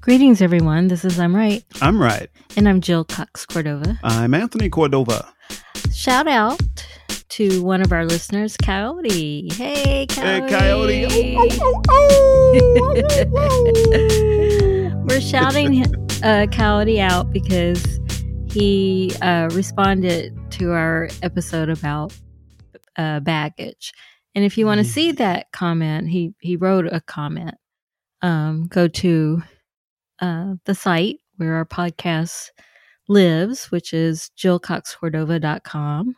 Greetings, everyone. This is I'm Right, I'm right. and I'm Jill Cox Cordova. I'm Anthony Cordova. Shout out to one of our listeners, Coyote. Hey, Coyote. Hey, Coyote. Oh, oh, oh, oh. We're shouting uh, Coyote out because he uh, responded to our episode about uh, baggage. And if you want to Yes. see that comment, he, he wrote a comment. Um, go to uh, the site where our podcast lives, which is jillcoxcordova.com.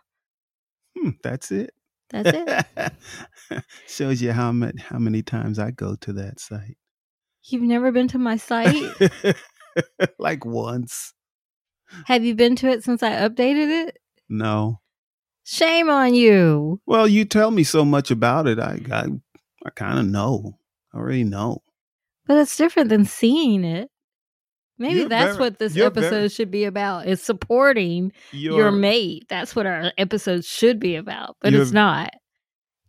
Hmm, that's it. That's it. Shows you how much how many times I go to that site. You've never been to my site? like once. Have you been to it since I updated it? No. Shame on you. Well, you tell me so much about it. I I, I kind of know. I already know. But it's different than seeing it. Maybe You're that's very- what this you're episode very- should be about. It's supporting You're your, mate. That's what our episode should be about, but You're- it's not.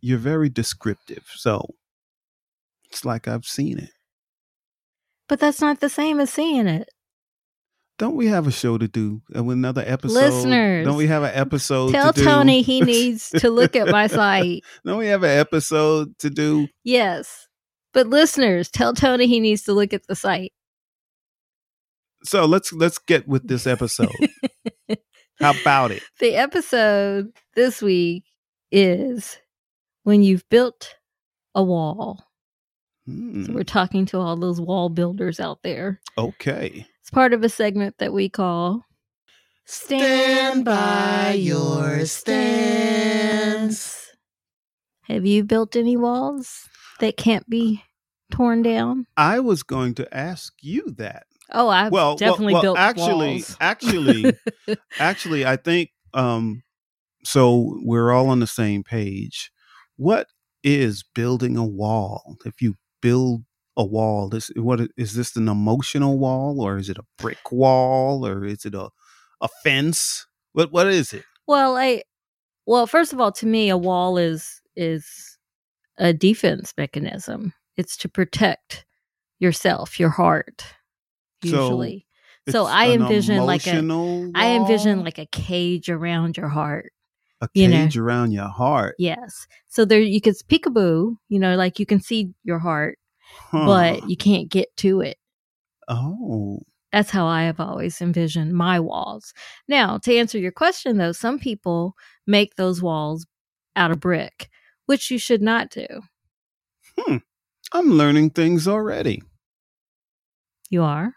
you're very descriptive. So it's like I've seen it. But that's not the same as seeing it. Don't we have a show to do? Uh, Another episode. Listeners, Don't we have an episode? Tell to do? Tony he needs to look at my site. Don't we have an episode to do? Yes. But listeners, tell Tony he needs to look at the site. So let's let's get with this episode. How about it? The episode this week is when you've built a wall. Hmm, So we're talking to all those wall builders out there. okay. It's part of a segment that we call Stand by your stance. Have you built any walls that can't be torn down? I was going to ask you that. Oh, I've well, definitely well, well, built actually, walls. actually, actually, I think um, so. We're all on the same page. What is building a wall? If you build a wall, this what i- is this an emotional wall or is it a brick wall or is it a a fence? What what is it? Well, I well, first of all, to me, a wall is is a defense mechanism. It's to protect yourself, your heart, So, usually. So It's I an envision like a- emotional I envision wall? like a cage around your heart. a you know. cage around your heart, Yes. So there you could peekaboo, you know, like you can see your heart, Huh. but you can't get to it. oh, That's how I have always envisioned my walls. Now, to answer your question though, some people make those walls out of brick, which you should not do. I'm learning things already. You are?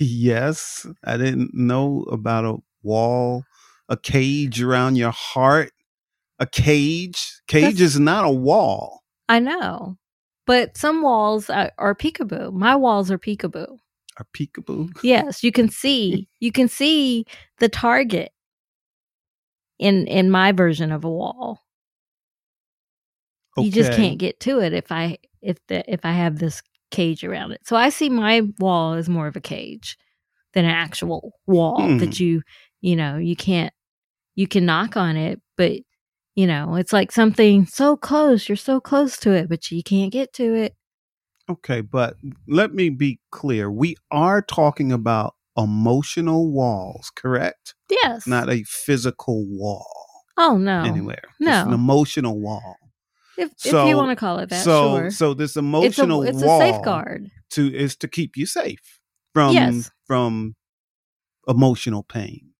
Yes, I didn't know about a wall, a cage around your heart. A cage. Cage That's- is not a wall. I know. But some walls are, are peekaboo. My walls are peekaboo. A peekaboo. Yes, you can see. You can see the target in in my version of a wall. you just Okay. can't get to it if i if the if i have this cage around it so i see my wall as more of a cage than an actual wall Hmm. that you you know you can't you can knock on it but you know it's like something so close you're so close to it but you can't get to it Okay, but let me be clear. We are talking about emotional walls, correct? yes Not a physical wall oh no anywhere. It's No. an emotional wall. if, if you So- want to call it that so sure so this it's a emotional it's wall a safeguard to is to keep you safe from Yes. from emotional pain.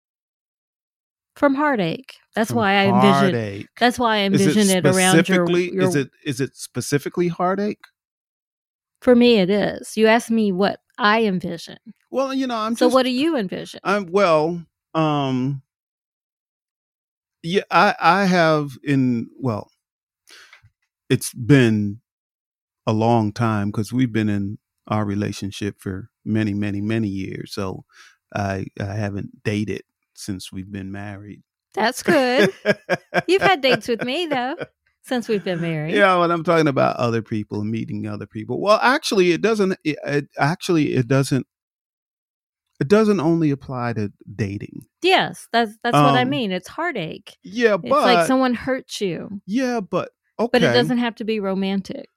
from heartache that's from why i envision heartache. that's why i envision is it, it, around your, specifically- your Is it is it specifically heartache? For me, it is. You asked me what I envision. Well, you know, I'm so, just what do you envision? I'm well, um yeah, I I have in well, it's been a long time cuz we've been in our relationship for many, many, many years. So I I haven't dated since we've been married. That's good. You've had dates with me though since we've been married. Yeah, but I'm talking about other people meeting other people. Well, actually, it doesn't. It, it- actually it doesn't. It doesn't only apply to dating. Yes, that's that's what I Um, mean. It's heartache. Yeah, It's but like someone hurts you, yeah, but okay. but it doesn't have to be romantic.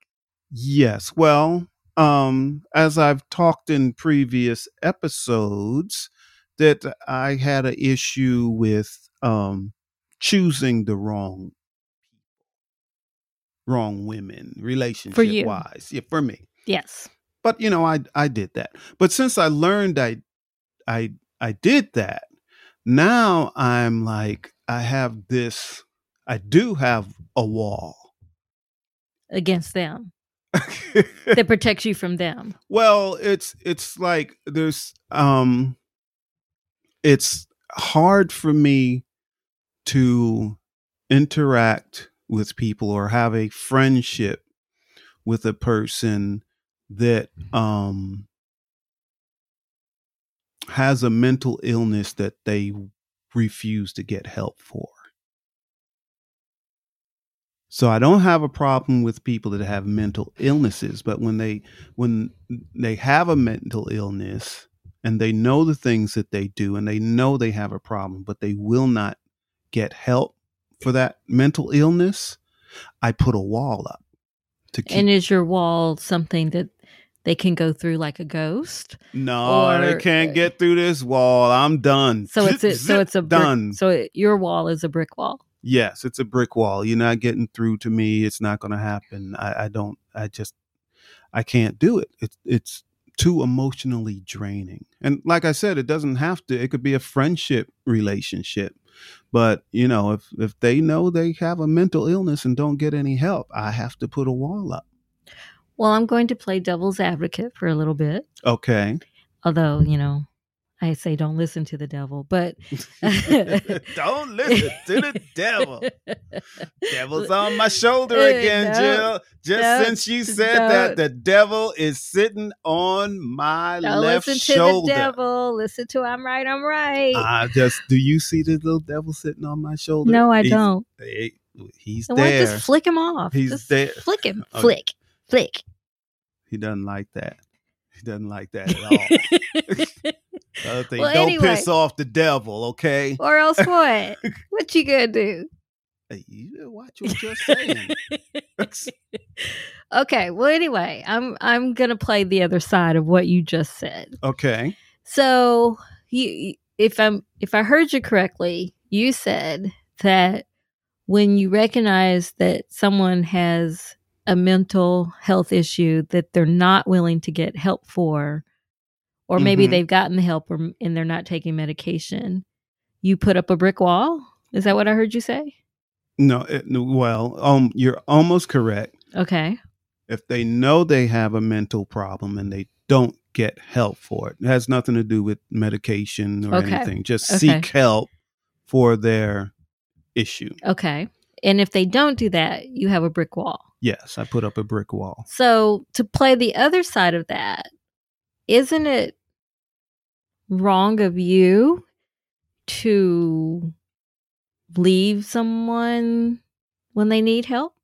Yes. Well, um, as I've talked in previous episodes, that I had an issue with um, choosing the wrong wrong women relationship wise. Yeah, for me. Yes. But you know, I I did that. But since I learned I I I did that, now I'm like I have this I do have a wall against them that protects you from them. Well, it's it's like there's um it's hard for me to interact with people or have a friendship with a person that um has a mental illness that they refuse to get help for. So I don't have a problem with people that have mental illnesses, but when they when they have a mental illness and they know the things that they do and they know they have a problem, but they will not get help for that mental illness, I put a wall up. To keep. And is your wall something that they can go through like a ghost? No, or, they can't get through this wall. I'm done. So it's a, so it's a brick, done. So it, your wall is a brick wall. Yes, it's a brick wall. You're not getting through to me. It's not going to happen. I, I don't. I just I can't do it. It's it's too emotionally draining. And like I said, it doesn't have to. It could be a friendship relationship but you know if if they know they have a mental illness and don't get any help i have to put a wall up well i'm going to play devil's advocate for a little bit okay although you know i say don't listen to the devil but don't listen to the devil devil's on my shoulder again no, jill just no, since you said no. that the devil is sitting on my don't left listen to shoulder the devil listen to i'm right i'm right i just do you see the little devil sitting on my shoulder no i he's, don't he, he's and there just flick him off he's just there Oh, flick him okay. flick flick he doesn't like that he doesn't like that at all. Other thing, well, don't anyway. piss off the devil, okay? Or else what? what you gonna do? Hey, you watch what you're saying. okay. Well, anyway, I'm I'm gonna play the other side of what you just said. Okay. So you, if I'm if I heard you correctly, you said that when you recognize that someone has a mental health issue that they're not willing to get help for, or maybe Mhm. they've gotten the help or, and they're not taking medication, you put up a brick wall. Is that what I heard you say? No, it, no, well, um, you're almost correct. Okay. If they know they have a mental problem and they don't get help for it, it has nothing to do with medication or Okay. anything. Just Okay. seek help for their issue. Okay. And if they don't do that, you have a brick wall. Yes, I put up a brick wall. So to play the other side of that, isn't it wrong of you to leave someone when they need help?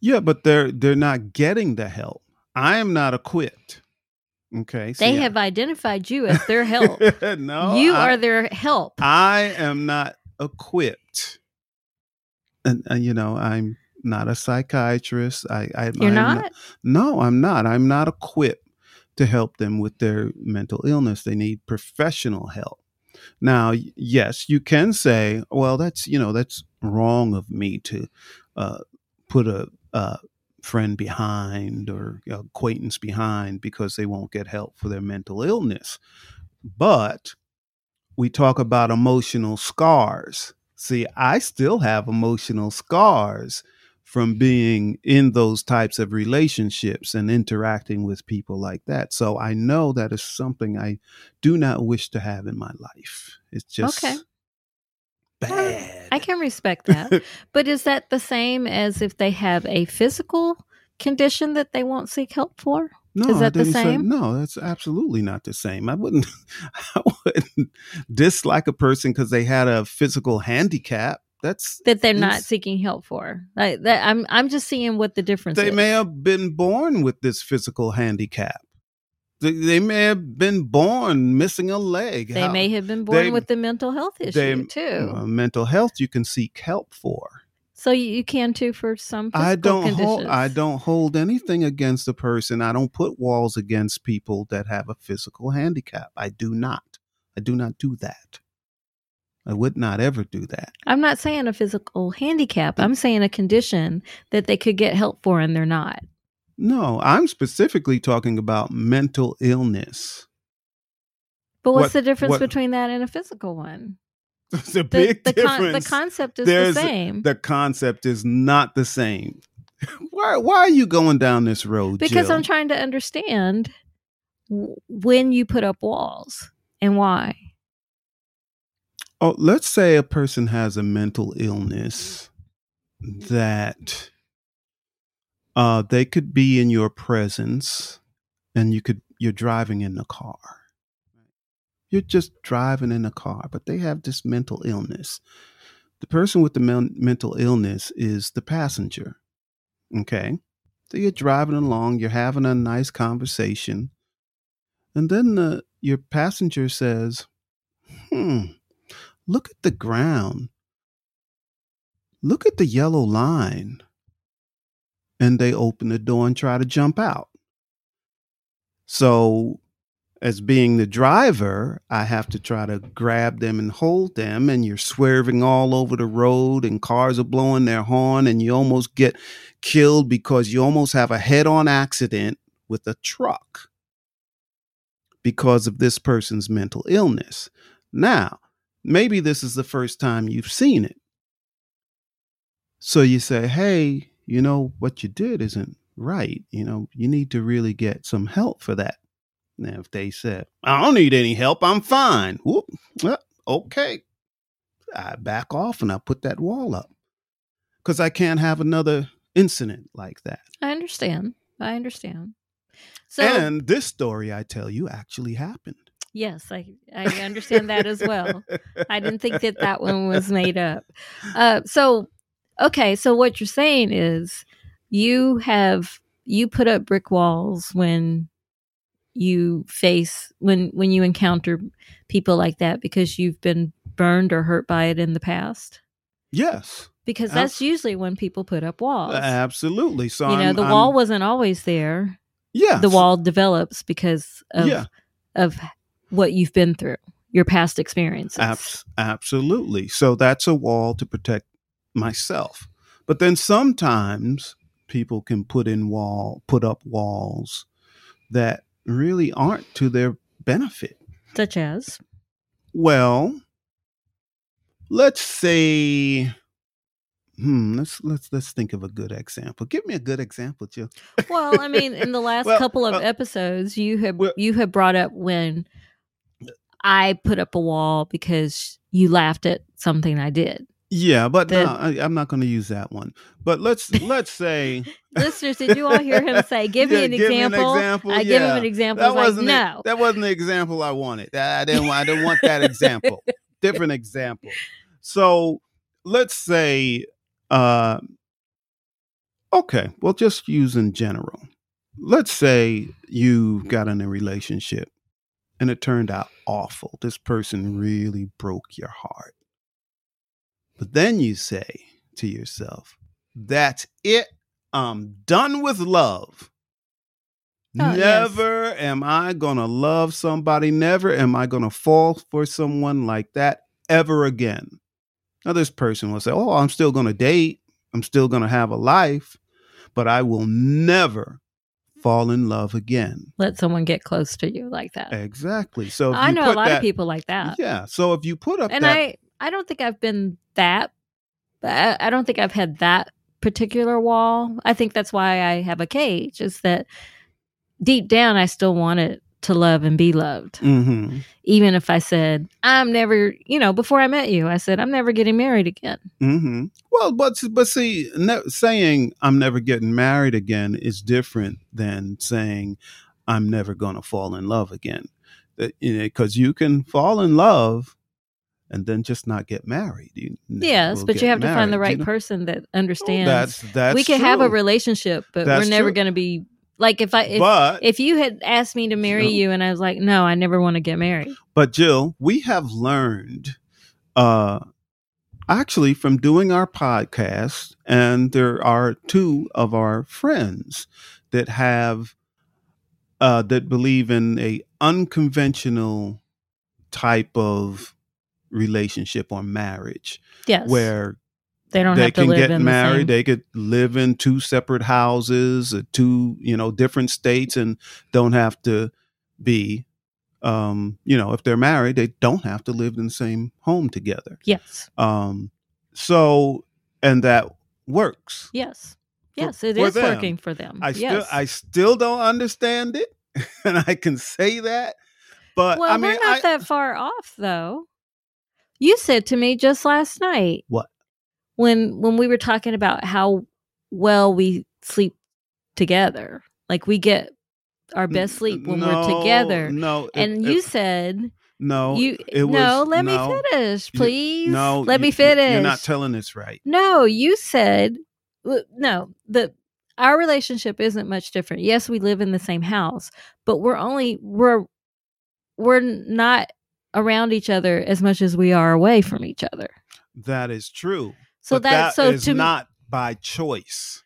Yeah, but they're they're not getting the help. I am not equipped. Okay, so They yeah. have identified you as their help. no, you I, are their help. I am not equipped, and, and you know I'm not a psychiatrist. I, I You're I'm not? No, I'm not. I'm not equipped to help them with their mental illness. They need professional help. Now, y- yes, you can say, well, that's, you know, that's wrong of me to uh, put a, a friend behind or acquaintance behind because they won't get help for their mental illness. But we talk about emotional scars. See, I still have emotional scars from being in those types of relationships and interacting with people like that. So I know that is something I do not wish to have in my life. It's just Okay. bad. I can respect that. but is that the same as if they have a physical condition that they won't seek help for? no, is I that the didn't say- same? no, that's absolutely not the same. I wouldn't, I wouldn't dislike a person because they had a physical handicap. That's That they're not Yes. seeking help for. Like that I'm I'm just seeing what the difference they is. may have been born with this physical handicap. They, they may have been born missing a leg. they How- may have been born they- um, with the mental health issue they- too. uh, mental health you can seek help for. So you, you can too for some. I physical don't hold, Conditions. I don't hold anything against a person. I don't put walls against people that have a physical handicap. I do not. I do not do that. I would not ever do that. I'm not saying a physical handicap. I'm saying a condition that they could get help for and they're not. No, I'm specifically talking about mental illness. But what's What- the difference what- between that and a physical one? There's The, a big the, con- the difference. concept is There's- the same. The concept is not the same. Why, why are you going down this road? because Jill? I'm trying to understand w- when you put up walls and why. Oh, let's say a person has a mental illness that uh, they could be in your presence and you could you're driving in the car. You're just driving in the car, but they have this mental illness. The person with the men- mental illness is the passenger. Okay? So you're driving along, you're having a nice conversation, and then the, your passenger says, "Hmm, Look at the ground. Look at the yellow line. And they open the door and try to jump out. So, as being the driver, I have to try to grab them and hold them. And you're swerving all over the road, and cars are blowing their horn, and you almost get killed because you almost have a head on accident with a truck because of this person's mental illness. Now, maybe this is the first time you've seen it. So you say, hey, you know, what you did isn't right. You know, you need to really get some help for that. Now, if they said, I don't need any help, I'm fine. Whoop, well, okay. I back off and I put that wall up because I can't have another incident like that. I understand. I understand. So and this story I tell you actually happened. yes, I I understand that as well. I didn't think that that one was made up. Uh, so okay, so what you're saying is you have you put up brick walls when you face when when you encounter people like that because you've been burned or hurt by it in the past Yes, because Abs- that's usually when people put up walls. absolutely. So you know, Uh, I'm- the I'm- wall wasn't always there. yeah, the wall develops because of Yeah. of what you've been through, your past experiences. Abs- absolutely. So that's a wall to protect myself. But then sometimes people can put in wall, put up walls that really aren't to their benefit. Such as Well, let's say, hmm, let's let's let's think of a good example. Give me a good example, Jill. well, I mean, in the last Well, couple of uh, episodes, you have well- you have brought up when I put up a wall because you laughed at something I did. Yeah, but The- no, I, I'm not going to use that one. But let's let's say, Listeners, did you all hear him say, "Give Yeah, me an example"? I yeah. give him an example. I was like, wasn't it. no, That wasn't the example I wanted. I didn't. I didn't want that example. Different example. So let's say, uh, okay, well, just use in general. Let's say you got in a relationship and it turned out awful. This person really broke your heart. But then you say to yourself, "That's it. I'm done with love." Oh, yes. Never am I going to love somebody. Never am I going to fall for someone like that ever again. Now, this person will say, Oh, I'm still going to date. I'm still going to have a life, but I will never fall in love again. let someone get close to you like that. Exactly. So if I you know a put lot that, of people like that. Yeah. So if you put up and that, I I don't think I've been that. I, I don't think I've had that particular wall. I think that's why I have a cage. Is that deep down I still wanted to love and be loved, Mhm. even if I said I'm never. You know, before I met you, I said I'm never getting married again. Mm-hmm. Well, but but see, ne- saying I'm never getting married again is different than saying I'm never going to fall in love again. That you know, because you can fall in love and then just not get married. You never yes, will but you get have to find the married, right you know? person that Oh, understands. That's that's we can have a true. relationship, but That's we're never true. going to be like if I if, but if you had asked me to marry No. you and I was like, no, I never want to get married. but Jill, we have learned uh actually from doing our podcast, and there are two of our friends that have uh, that believe in a unconventional type of relationship or marriage, Yes. where they don't they have to can live get in married. The same. They could live in two separate houses, uh, two you know different states, and don't have to be, um, you know, if they're married, they don't have to live in the same home together. yes. Um, so and that works. Yes. For- Yes, it for is them. working for them. I yes. still I still don't understand it, and I can say that, but well, I mean, we're not I, that far off, though. You said to me just last night. What? When when we were talking about how well we sleep together, like we get our best sleep when we're No, together. No, it- and it- you said no, you it was- no. Let me no, finish, you- please. no, let you- me finish. You're not telling this right. No, you said w- no. The our relationship isn't much different. Yes, we live in the same house, but we're only we're we're not around each other as much as we are away from each other. That is true. So but that, that so is to not by choice.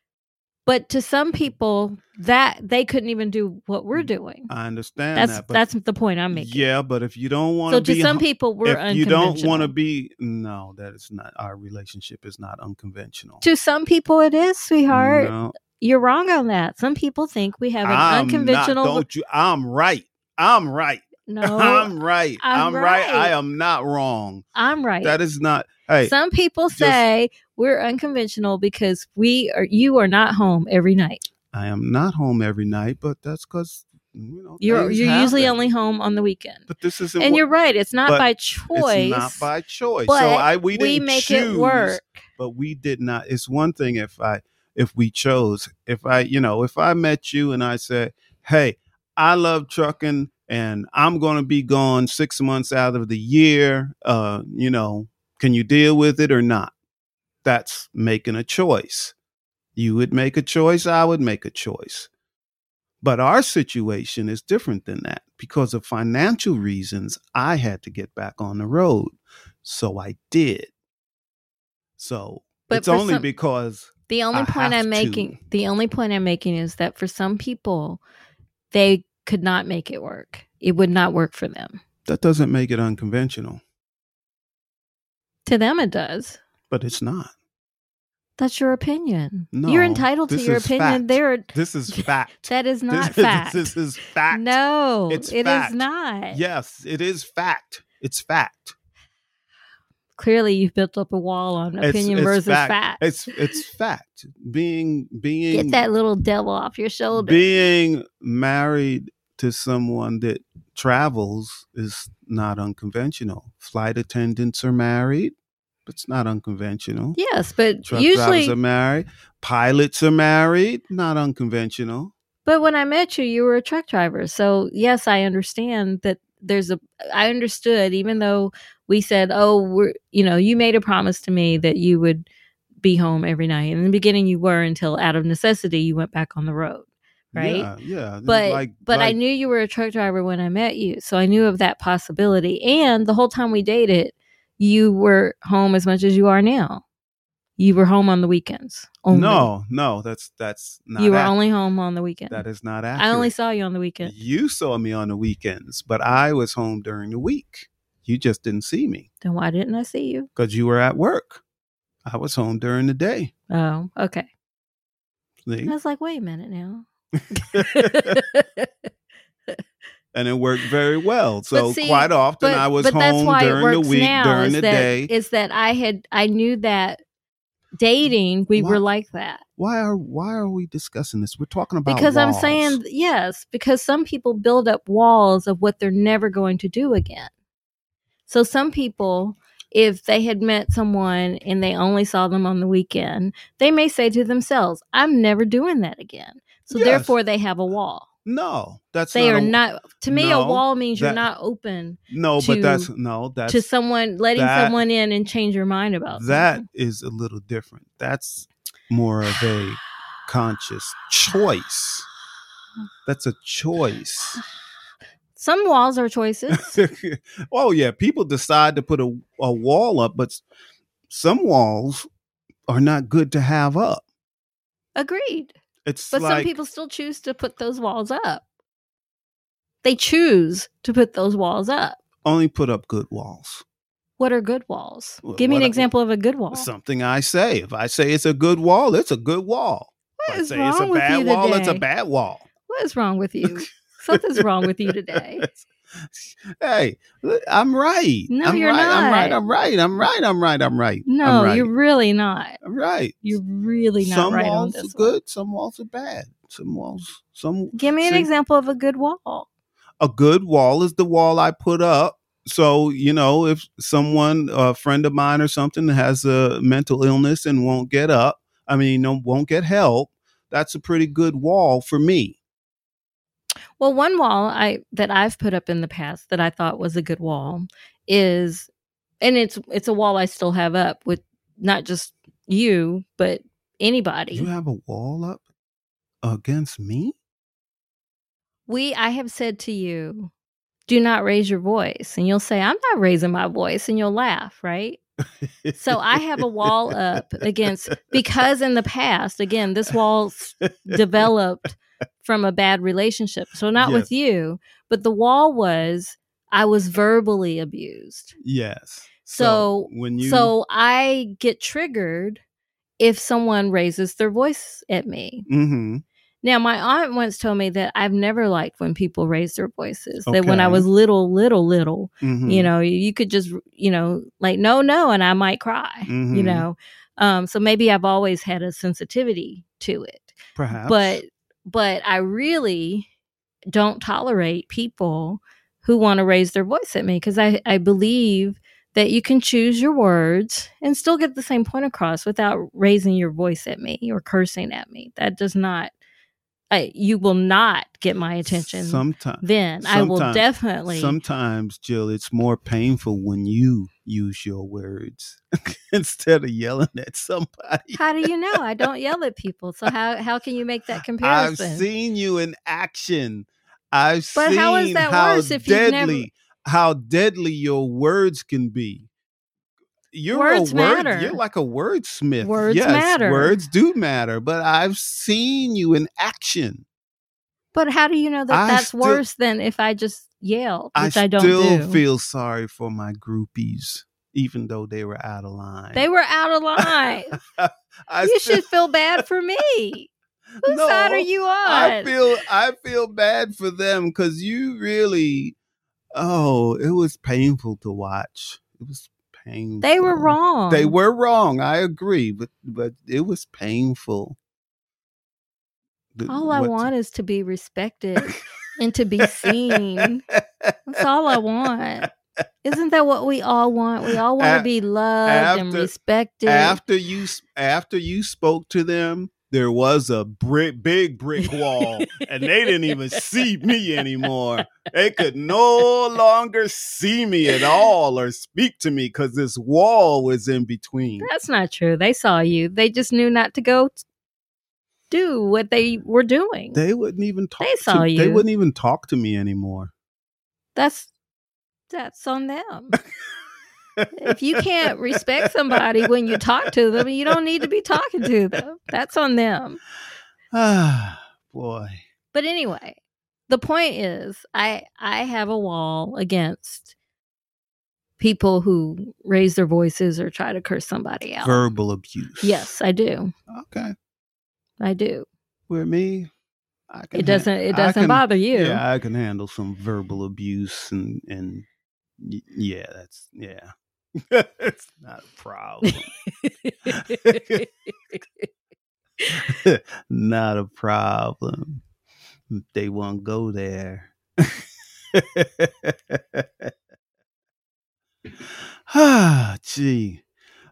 but to some people that they couldn't even do what we're doing. Mm, I understand That's that. But that's the point I'm making. yeah, but if you don't want so to be some hum- people we're if you don't want to unconventional. be no, that is not our relationship is not unconventional. to some people it is, sweetheart. No, You're wrong on that. Some people think we have an I'm unconventional Not, don't you? I'm right. I'm right. No, I'm right. I'm I'm, right. right. I am not wrong. I'm right. That is not. Hey, Some people say we're unconventional because we are you are not home every night. I am not home every night, but that's because you know You're things you're usually happen. only home on the weekend. But this isn't. And what- you're right, it's not but by It's choice. not by choice. So but I we didn't we make choose, it work. but we did not. It's one thing if I if we chose if I you know if I met you and I said, hey, I love trucking and I'm going to be gone six months out of the year. Uh, you know, can you deal with it or not? That's making a choice. You would make a choice. I would make a choice. But our situation is different than that because of financial reasons. I had to get back on the road, so I did. So But it's for only some- because The only I point have I'm making to. the only point I'm making is that for some people they could not make it work. It would not work for them. that doesn't make it unconventional, To them it does. but it's not. That's your opinion. No, You're entitled to this your is opinion. fact. There This is fact. that is not this, fact. This, is fact. No, it It's is fact. not. Yes, it is fact. It's fact. Clearly, you've built up a wall on It's- opinion it's versus fact. fact. It's it's fact. Being being Get that little devil off your shoulder. being married to someone that travels is not unconventional. Flight attendants are married. It's not unconventional. yes, but Truck drivers usually, are married. Pilots are married. Not unconventional. but when I met you, you were a truck driver. So yes, I understand that there's a. I understood, even though we said, "Oh, we're," you know, you made a promise to me that you would be home every night. And in the beginning, you were until out of necessity, you went back on the road. Right? Yeah. yeah. but Like- but I like- knew you were a truck driver when I met you, so I knew of that possibility. And the whole time we dated, you were home as much as you are now. You were home on the weekends only. no, no. That's that's not. you were ac- only home on the weekend. That is not accurate. I only saw you on the weekend. You saw me on the weekends, but I was home during the week. You just didn't see me Then why didn't I see you? because you were at work. I was home during the day. Oh, okay. See? I was like, wait a minute now. and it worked very well. So see, quite often I was home during the week, during is the that, day. Is that I had I knew that dating we Why- were like that. Why are why are we discussing this? We're talking about because I'm walls. saying yes, because some people build up walls of what they're never going to do again. So some people, if they had met someone and they only saw them on the weekend, they may say to themselves, "I'm never doing that again." So Yes. therefore, they have a wall. no, that's they not are a- not. To me, a no, wall means you're that- not open no, to- but that's no, that's to someone letting that- someone in and change your mind about that something. is a little different. That's more of a conscious choice. That's a choice. Some walls are choices. oh yeah, people decide to put a, a wall up, but some walls are not good to have up. Agreed. It's But some like- people still choose to put those walls up. They choose to put those walls up. only put up good walls. What are good walls? Wh- Give me an what I- example of a good wall. Something I say. If I say it's a good wall, it's a good wall. What if I is say wrong it's a with bad you today? wall, it's a bad wall. what is wrong with you? Something's wrong with you today. hey, look, I'm right. No, I'm you're right. I'm right. not. I'm right. I'm right. I'm right. I'm right. No, I'm right. you're really not. I'm right. You're really not some right on walls this. are one. good. Some walls are bad. Some walls. Some Give me an See? example of a good wall. a good wall is the wall I put up. So you know, if someone, a friend of mine or something, has a mental illness and won't get up, I mean, no, won't get help. That's a pretty good wall for me. Well, one wall I that I've put up in the past that I thought was a good wall is and it's it's a wall I still have up with not just you, but anybody. You have a wall up against me. We I have said to you, do not raise your voice. And you'll say, I'm not raising my voice, and you'll laugh, right? So I have a wall up against because in the past, again, this wall's developed from a bad relationship. So not with you, but the wall was I was verbally abused. Yes. So- when you so I get triggered if someone raises their voice at me. hmm Now my aunt once told me that I've never liked when people raise their voices. That when I Okay. was little, little, little, hmm you know, you could just, you know, like no, no, and I might cry. You Mhm. know, um, so maybe I've always had a sensitivity to it perhaps but but I really don't tolerate people who want to raise their voice at me because I, I believe that you can choose your words and still get the same point across without raising your voice at me or cursing at me. That does not, I, you will not get my attention. sometimes then I will sometimes- definitely. sometimes jill it's more painful when you use your words instead of yelling at somebody how do you know? I don't yell at people. So how, how can you make that i've comparison? seen you in action i've But seen how is that how worse if you've deadly never- how deadly your words can be you're Words a word matter. you're like a wordsmith Words yes, matter. words do matter but i've seen you in action But how do you know that I that's still- worse than if I just yell, which I, don't still do? feel sorry for my groupies, even though they were out of line. They were out of line. I you still- should feel bad for me. Whose No, side are you on? I feel I feel bad for them because you really. Oh, it was painful to watch. It was painful. they were wrong. They were wrong. I agree, but but it was painful. The- All I what- want is to be respected and to be seen. That's all I want. Isn't that what we all want? We all want to A- be loved and after- respected. after you s- after you spoke to them there was a brick, big brick wall and they didn't even see me anymore they could no longer see me at all or speak to me because this wall was in between That's not true. They saw you. They just knew not to go t- do what they were doing. they wouldn't even talk They saw to, they you. wouldn't even talk to me anymore that's that's on them. if you can't respect somebody when you talk to them, you don't need to be talking to them. That's on them. ah boy But anyway, the point is I I have a wall against people who raise their voices or try to curse somebody out. verbal abuse yes, I do. okay I do. with me I can It ha- doesn't it I doesn't can- bother you. Yeah, I can handle some verbal abuse and and y- yeah, that's yeah. it's not a problem. not a problem. Mm, They won't go there. ah, gee.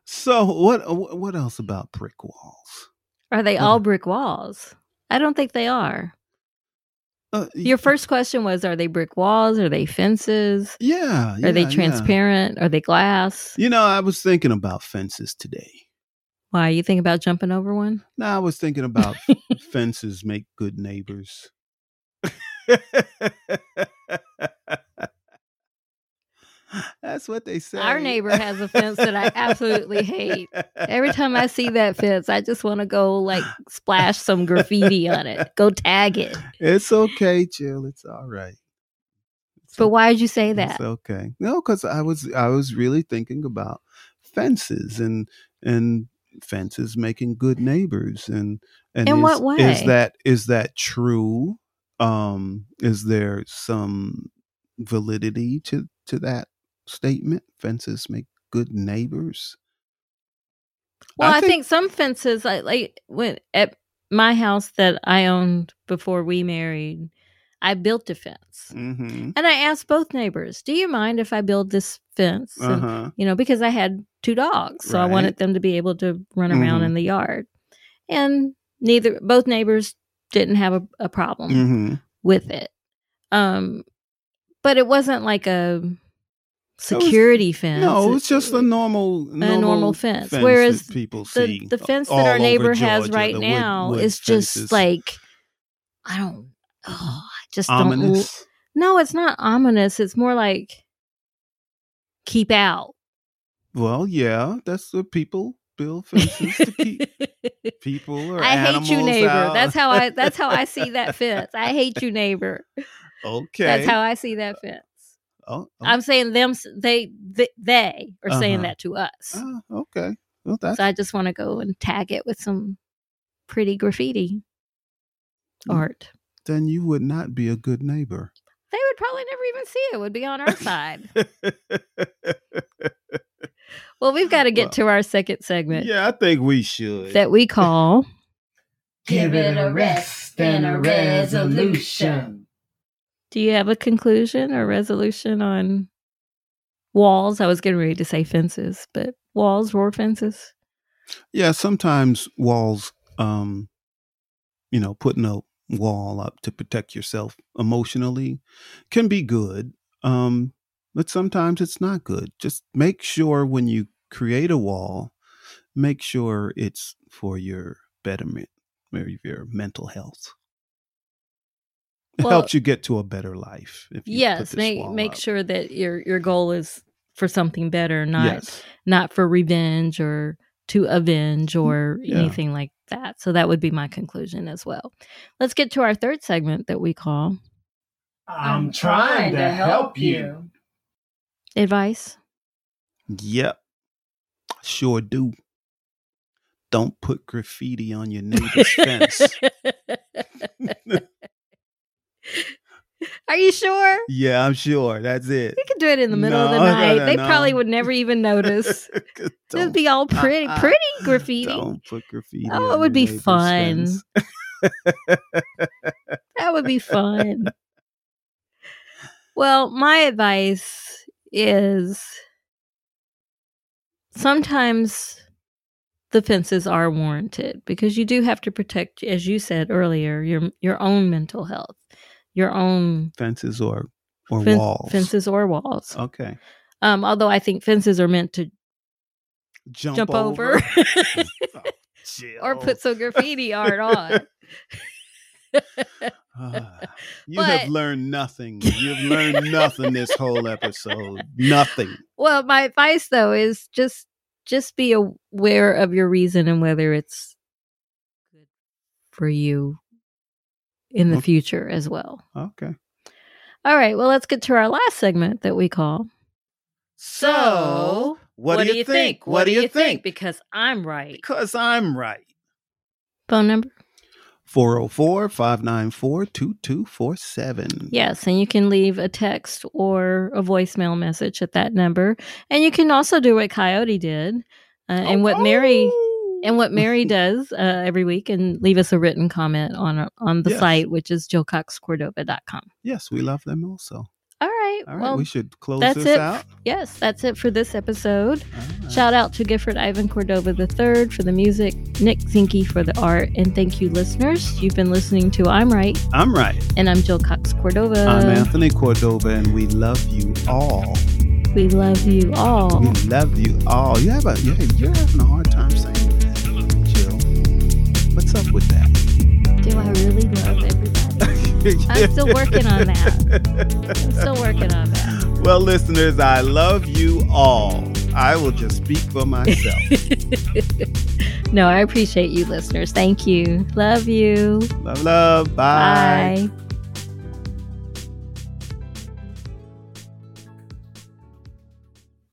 So what uh, wh- what else about brick walls? are they all brick walls? I don't think they are. Uh, y- Your first question was Are they brick walls? Are they fences? yeah, Are they yeah, yeah. transparent? Are they glass? You know, I was thinking about fences today. Why you think about jumping over one? No, I was thinking about fences make good neighbors. That's what they say. Our neighbor has a fence that I absolutely hate. Every time I see that fence, I just want to go like splash some graffiti on it. Go tag it. It's okay, Jill. It's all right. It's But why did you say that? It's okay. No, because I was I was really thinking about fences and and fences making good neighbors and and In is, what way? is that is that true? Um, is there some validity to to that statement? Fences make good neighbors. Well, I I think, think- some fences, like, like when at my house that I owned before we married, I built a fence, Mm-hmm. and I asked both neighbors, "Do you mind if I build this fence?" Uh And, huh. you know, because I had two dogs, so I Right. wanted them to be able to run around Mhm. in the yard, and neither both neighbors didn't have a, a problem Mm-hmm. with it. Um, but it wasn't like a security fence. No, it's just a normal. normal a normal fence, whereas that people the, see the fence uh, all that our over neighbor has Georgia, right the wood- now wood is just fences. like I don't oh, I just don't l- ominous. No, it's not ominous. It's more like keep out. Well, yeah, that's what people build fences to keep people or I hate you animals neighbor. out. That's how I that's how I see that fence. I hate you neighbor. okay. That's how I see that fence. Oh, oh, I'm saying them s- they they, they are saying Uh-huh. that to us. ah, okay. Well, that's So I just want to go and tag it with some pretty graffiti Mm. art. then you would not be a good neighbor. They would probably never even see it. it. Would be on our side. Well, we've got to get Well, to our second segment yeah, I think we should. that we call. Give it a rest and a resolution. Do you have a conclusion or resolution on walls? I was getting ready to say fences, but walls, roar fences. yeah, sometimes walls, um, you know, putting a wall up to protect yourself emotionally can be good. Um, but sometimes it's not good. Just make sure when you create a wall, make sure it's for your betterment, maybe your mental health. It Well- helps you get to a better life. If you put Yes, this make wall make up. sure that your your goal is for something better, not Yes. not for revenge or to avenge or Mm, Yeah. anything like that. So that would be my conclusion as well. Let's get to our third segment that we call I'm trying to help you. advice. Yep. Sure do. Don't put graffiti on your neighbor's fence. Are you sure? Yeah, I'm sure. That's it. You could do it in the middle of the No, no, night. no, they no. probably would never even notice. It'd be all pretty, uh-uh. pretty graffiti. Don't put graffiti. Oh, on it would be your neighbor's fun. fence. That would be fun. well, my advice is sometimes the fences are warranted because you do have to protect, as you said earlier, your your own mental health, your own Fences or or fen- walls. fences or walls. Okay. Um, although I think fences are meant to Jump, Oh, jump over, or Jill. put some graffiti art on. Ah, you But- have learned nothing. You've learned nothing this whole episode. Nothing. well my advice though is just just be aware of your reason and whether it's good for you in the Okay. future as well Okay. all right well let's get to our last segment that we call So, what, do, you think? What do you think? because i'm right Because I'm right. phone number 404 594 2247. yes and you can leave a text or a voicemail message at that number and you can also do what coyote did uh, Oh, and what mary and what Mary does uh, every week, and leave us a written comment on on the Yes. site, which is jillcoxcordova.com. Yes, we love them also. All right. All right, well, we should close that's this it. out. yes, that's it for this episode. All right. Shout out to Gifford Ivan Cordova III for the music, Nick Zinke for the art, and thank you, listeners. You've been listening to I'm Right, I'm right. and I'm Jill Cox Cordova. I'm Anthony Cordova, and we love you all. We love you all. We love you all. You have a you you're having a hard time saying that, Jill. What's up with that? Do I really Uh. love everybody? I'm still working on that. I'm still working on that. Well, listeners, I love you all. I will just speak for myself. no, I appreciate you, listeners. Thank you. Love you. love, love. Bye. Bye.